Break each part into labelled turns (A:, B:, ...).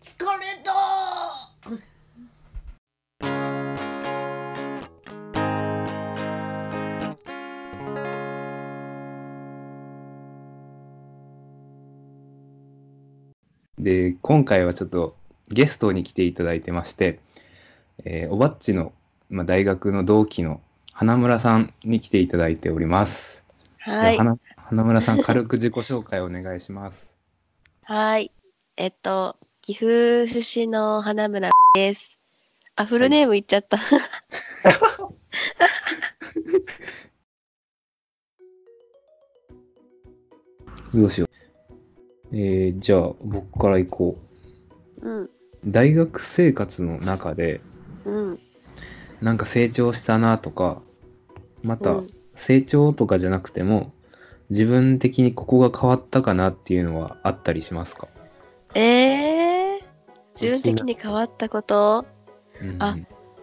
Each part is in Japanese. A: れた
B: で今回はちょっとゲストに来ていただいてまして、えーおばっちの、まあ、大学の同期の花村さんに来ていただいております。
C: は
B: で
C: い。
B: 花花村さん軽く自己紹介お願いします。
C: はい。えっと、岐阜出身の花村です。あ、フルネーム言っちゃった。
B: どうしよう。えーじゃあ僕から行こう。
C: うん。
B: 大学生活の中で
C: うん。
B: なんか成長したなとかま
C: う
B: た
C: ん
B: 成長とかじゃなくても自分的にここが変わったかなっていうのはあったりしますか、
C: えー、自分的に変わったこと
B: うん
C: あ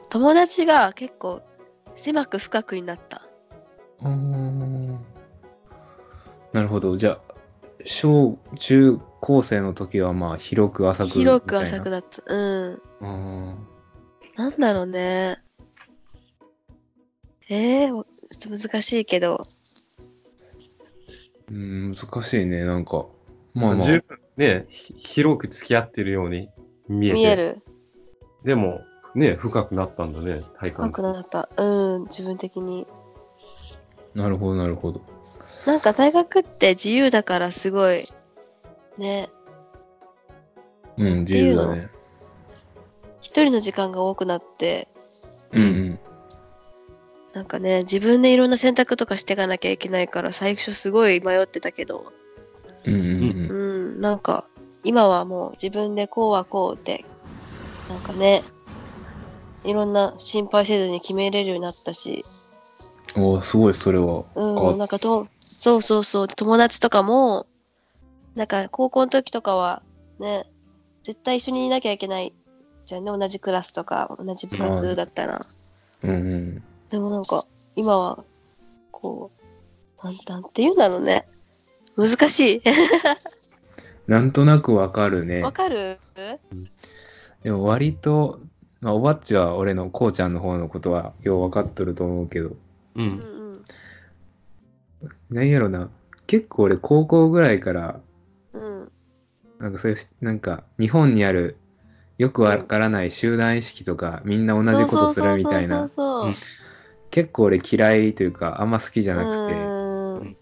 C: 友達が結構狭く深くになった。
B: あーなるほどじゃあ小中高生の時はまあ広く浅くみたいな
C: 広く浅くだった。うん。
B: あー
C: なんだろうね。えー、ちょっと難しいけど。
B: うん難しいねなんかまあまあ
D: 十分ね、ひ広く付き合ってるように見えて。
C: 見える。
D: でも、ね、深くなったんだね、体
C: 深
D: 感
C: くなった。うん。自分的に。
B: なるほどなるほど
C: なんか大学って自由だからすごい。ね。
B: うん自由だね
C: 一人の時間が多くなって
B: うんうん
C: なんかね自分でいろんな選択とかしていかなきゃいけないから最初すごい迷ってたけど
B: うんうん
C: うんなんか今はもう自分でこうはこうってなんかねいろんな心配せずに決めれるようになったし
B: うんおーすごいそれは
C: うんなんかとそうそうそう友達とかもなんか高校の時とかはね絶対一緒にいなきゃいけないじゃんね同じクラスとか同じ部活だったら。
B: うんうん
C: でもなんか、今は、こう、なんなんて言うんだろうね。難し
B: なんとなくわかるね
C: い。わかる
B: でも割と、まあ、おばっちは俺のこうちゃんの方のことはよう分かっとると思うけど
D: う
C: うん
D: ん。
C: うん。
B: なんやろな結構俺高校ぐらいから
C: うん。
B: なんかそういうなんか日本にあるよくわからない集団意識とかみんな同じことするみたいな
C: そうそうそう
B: 結構俺嫌いというかあんま好きじゃ
C: そう
B: な
C: そう。
B: く
C: う
B: て
C: ーん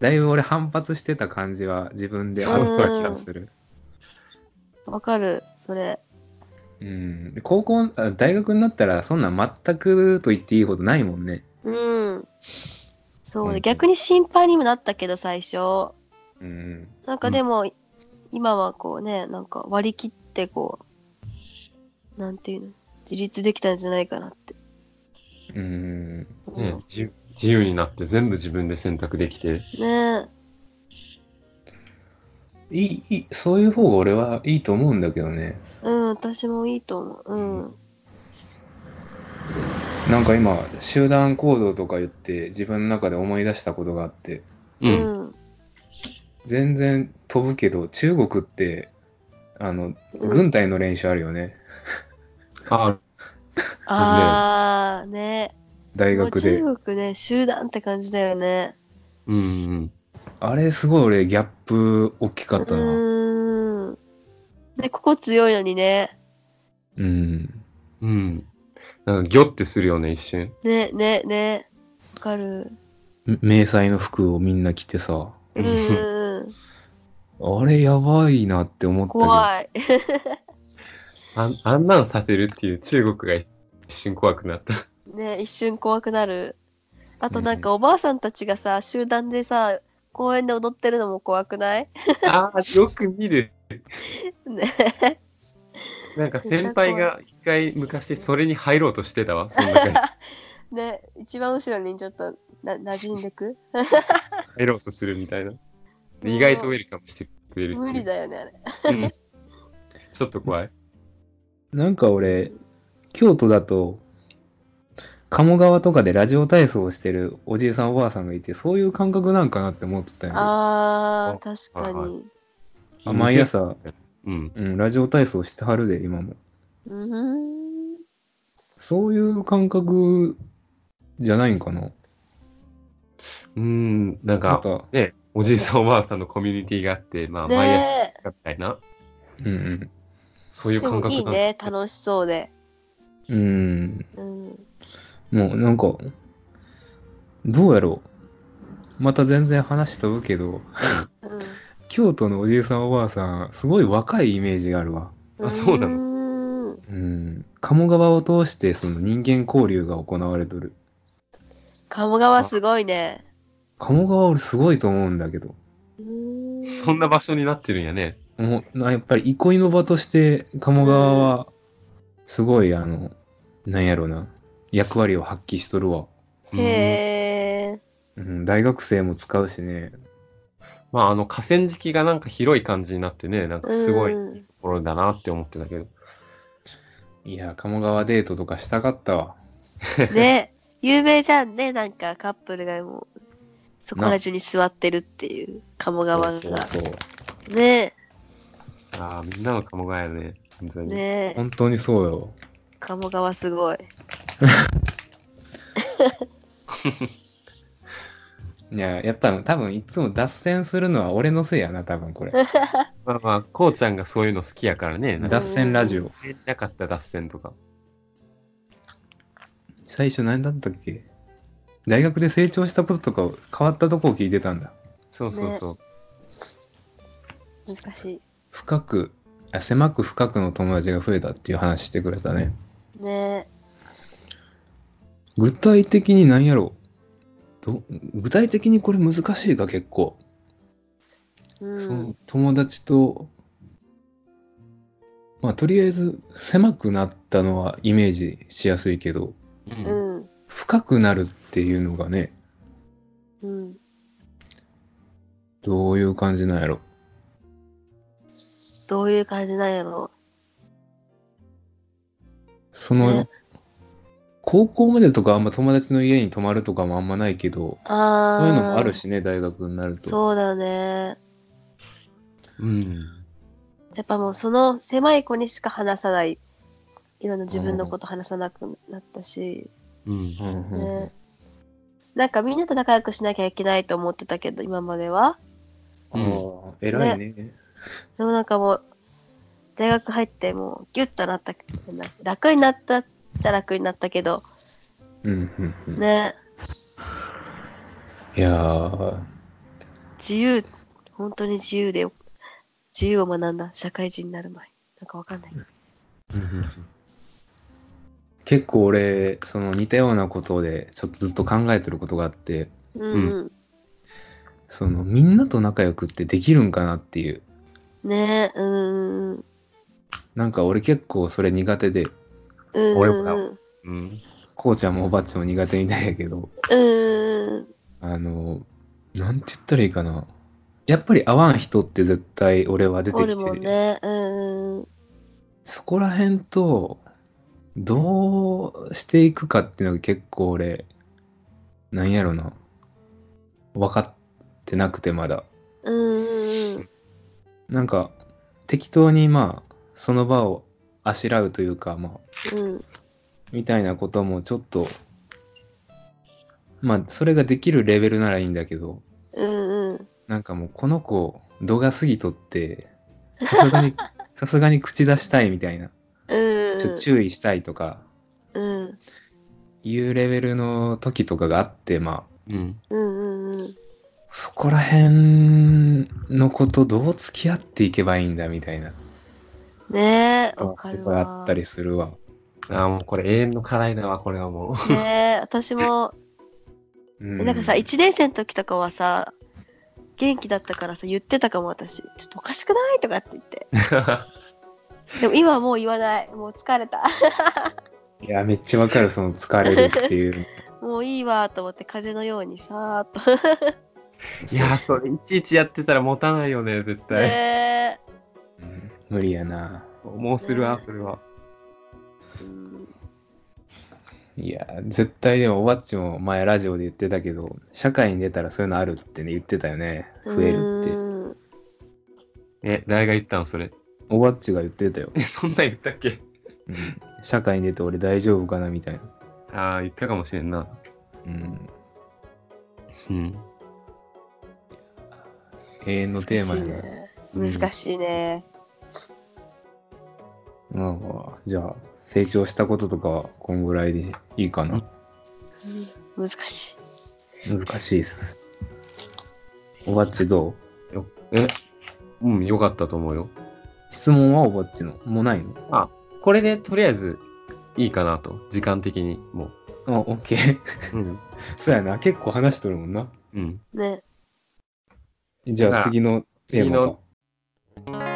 B: だいぶ俺反発してた感じは自分であった気がする。
C: わかる、それ。
B: うん、で高校あ大学になったらそんなん全くと言っていいほどないもんね。
C: うん。そう
B: う
C: ね、
B: ん
C: 逆に心配にもなったけど、最初。
B: うん
C: なんかでも、今はこうね、なんか割り切ってこう、なんていうの、自立できたんじゃないかなって。
B: うん
C: う
D: ね
C: ん、
D: 自自由になって全部自分で選択できて。
C: ね
B: いいいいそういう方が俺はいいと思うんだけどね
C: うん、私もいいと思う。うん。
B: なんか今集団行動とか言って自分の中で思い出したことがあって
C: う
D: う。
C: んん。
B: 全然飛ぶけど中国ってあの
C: うん
B: 軍隊の練習あるよね、
D: あ
C: あーね
B: 大学で
C: もう中国ね集団って感じだよね
D: うんうん。
B: あれすごい俺ギャップ大きか
C: う
B: ったな
C: ーんでここ強いのにね
B: うん
D: うん。なんか、ギョってするよね、一瞬。
C: ねねねわかる
B: 迷彩の服をみんな着てさ
C: うんうんうん
B: あれやばいなって思ったけど
C: 怖い
D: ああんなんさせるっていう中国が一瞬怖くなった。
C: ね一瞬怖くなるあとなんかおばあさんたちがさ集団でさ公園で踊ってるのも怖くない
D: ああ、よく見る。
C: ね
D: なんか先輩が一回昔それに入ろうとしてたわ。その中に
C: ね一番後ろにちょっとな馴染んでく
D: 入ろうとするみたい な。で意外とウェルカムしてくれるっていう。
C: 無理だよねあれ
D: うんちょっと怖い。
B: なんか俺、京都だと、鴨川とかでラジオ体操をしてるおじいさんおばあさんがいて、そういう感覚なんかなって思ってたよ、
C: あー確かに
B: 毎朝、
D: うん。
B: うん、ラジオ体操してはるで、今も。
C: うん。
B: そういう感覚じゃないんかな。
D: うん、なん
B: ま
D: か、
B: た、
D: ね、おじいさんおばあさんのコミュニティがあって、まあ、毎朝
C: ね
D: みたいな、
B: うんうん。
D: そうい
C: え。
D: う
C: で
D: 感
C: も
D: 覚
C: いい
D: が
C: ね、楽しそうで。
B: うん。
C: うん。
B: もうなんか、どうやろう。また全然話飛ぶけど、
C: うん
B: 京都のおじいさんおばあさん、すごい若いイメージがあるわ。
D: あそうなの
C: の
B: うん。鴨川を通してその人間交流が行われとる。
C: 鴨川すごいね。
B: 鴨川俺すごいと思うんだけど。
C: うん
D: そんな場所になってるんやね。
B: もうなやっぱり憩いの場として鴨川はすごいあのなんやろうな役割を発揮しとるわ、
D: うん
C: へえ。
B: うん、大学生も使うしね
D: まあ、あの河川敷がなんか広い感じになってね、なんかすごいと
C: うん
D: ころだなって思ってたけど。
B: いや鴨川デートとかしたかったわ
C: ね、有名じゃんね、なんかカップルがもう、そこら中に座ってるっていう、鴨川
D: そう
C: が。
B: そう
C: ね
D: ああ、みんなの鴨川やね。本当に。
C: ね
B: 本当にそうよ
C: 鴨川すごい。
B: いややったの多分いつも脱線するのは俺のせいやな多分これ
D: まあまあ、こうちゃんがそういうの好きやからね。なんか
B: 脱線ラジオ
D: なかった脱線とか。
B: 最初何だったっけ大学で成長したこととか変わったとこを聞いてたんだ
D: そうそうそう。
C: 難し
B: 深くあ狭く深くの友達が増えたっていう話してくれたね
C: い。ね
B: 具体的に何やろうど具体的にこれ難しいか結構、
C: う
B: その
C: ん。
B: 友達とまあとりあえず狭くなったのはイメージしやすいけど
D: うん
C: うん。
B: 深くなるっていうのがね
C: うん。
B: どういう感じなんやろ
C: どういう感じなんやろ
B: その、
C: ね
B: 高校までとかあんま友達の家に泊まるとかもあんまないけど
C: う。ああ。
B: そういうのもある。しね大学になると
C: そうだね。
D: うん。
C: やっぱもうその狭い子にしか話さない、いろんな自分のこと話さなくなったし。
D: うん。
B: うんうんうん
C: ね、なんかみんなと仲良くしなきゃいけないと思ってたけど今までは
B: あー偉いね
C: でもなんかもう大学入ってもうギュッとなったな楽になったっちゃ楽になったけど
B: うんうんうん
C: ね
B: いやー
C: 自由本当に自由で自由を学んだ社会人になる前なんかわかんない
B: 結構俺その似たようなことでちょっとずっと考えてることがあって
C: うんうん、
B: そのみんなと仲良くってできるんかなっていう
C: ねえうんうん
B: なんか俺結構それ苦手で
C: うん
D: 俺もだ
C: うん
D: うん。
B: こうちゃんもおばあちゃんも苦手みたいやけど
C: うん
B: あのなんて言ったらいいかなやっぱり合わん人って絶対俺は出て
C: お
B: き
C: る
B: て
C: もんねうんうん
B: そこら辺とどうしていくかっていうのが結構俺なんやろな分かってなくてまだ
C: うんうんうん
B: なんか適当にまあその場をあしらうというかまあ
C: うん
B: みたいなこともちょっとまあそれができるレベルならいいんだけど
C: うんうん
B: なんかもうこの子度が過ぎとってさすが にさすがに口出したいみたいな
C: うん
B: ちょ注意したいとか
C: うん
B: いうレベルの時とかがあってまあ
D: うん。
C: うんうんうん
B: そこら辺のことどう付き合っていけばいいんだみたいな
C: ねえ、
B: のが
C: わか
B: す
C: る
B: ごい
C: わ。
B: あったりするわ。
D: ああ、もうこれ永遠の課題だわ、これはもう。
C: ねえ、私も、
B: うん
C: なんかさ、1年生の時とかはさ、元気だったからさ、言ってたかも私、ちょっとおかしくないとかって言って。 でも今はもう言わない。もう疲れた。
B: いやめっちゃわかるその疲れるっていう
C: もういいわと思って、風のようにさーっ
D: いや、それいちいちやってたら持たないよね、絶
C: と。
D: 対。
C: ね
B: うん無理やな。
D: もうするわ、
C: ね
D: それは。
C: え。うん
B: いや、絶対でも、おばっちも前ラジオで言ってたけど、社会に出たらそういうのあるってね、言ってたよね。増えるって。
C: う
D: え、誰が言ったの、それ。
B: おばっちが言ってたよ、
D: えそんなん言ったっけ
B: うん社会に出て俺大丈夫かなみたいな、
D: ああ、言ったかもしれんな。
B: うん、
D: うん。
B: 永遠のテーマやな、
D: うん
C: 難しいね。
B: まあまあじゃあ成長したこととかはこんぐらいでいいかな
C: 難しい。
B: 難しいっすおばっちどう
D: よえうん、よかったと思うよ。
B: 質問はおばっちのもうないの
D: これでとりあえずいいかなと、時間的にも
B: あオッケー
D: う。うん。
B: そうやな結構話しとるもんな
D: うん。
C: ね。
B: じゃあ次のテーマか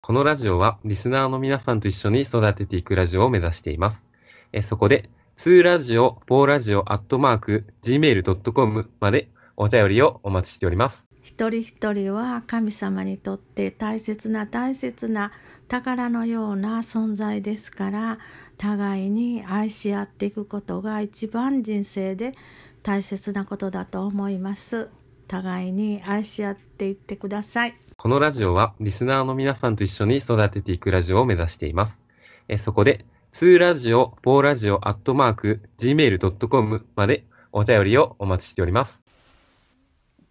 D: このラジオはリスナーの皆さんと一緒に育てていくラジオを目指しています。えそこで、2ラジオ、4ラジオ、アットマーク、gmail.com までお便りをお待ちしております。
A: 一人一人は神様にとって大切な大切な宝のような存在ですから互いに愛し合っていくことが一番人生で大切なことだと思います互いに愛し合っていってください
D: このラジオはリスナーの皆さんと一緒に育てていくラジオを目指しています。えそこで、2ラジオ、4ラジオ、アットマーク、gmail.com までお便りをお待ちしております。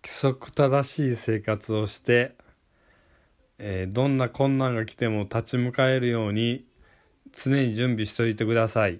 E: 規則正しい生活をして、えーどんな困難が来ても立ち向かえるように常に準備しておいてください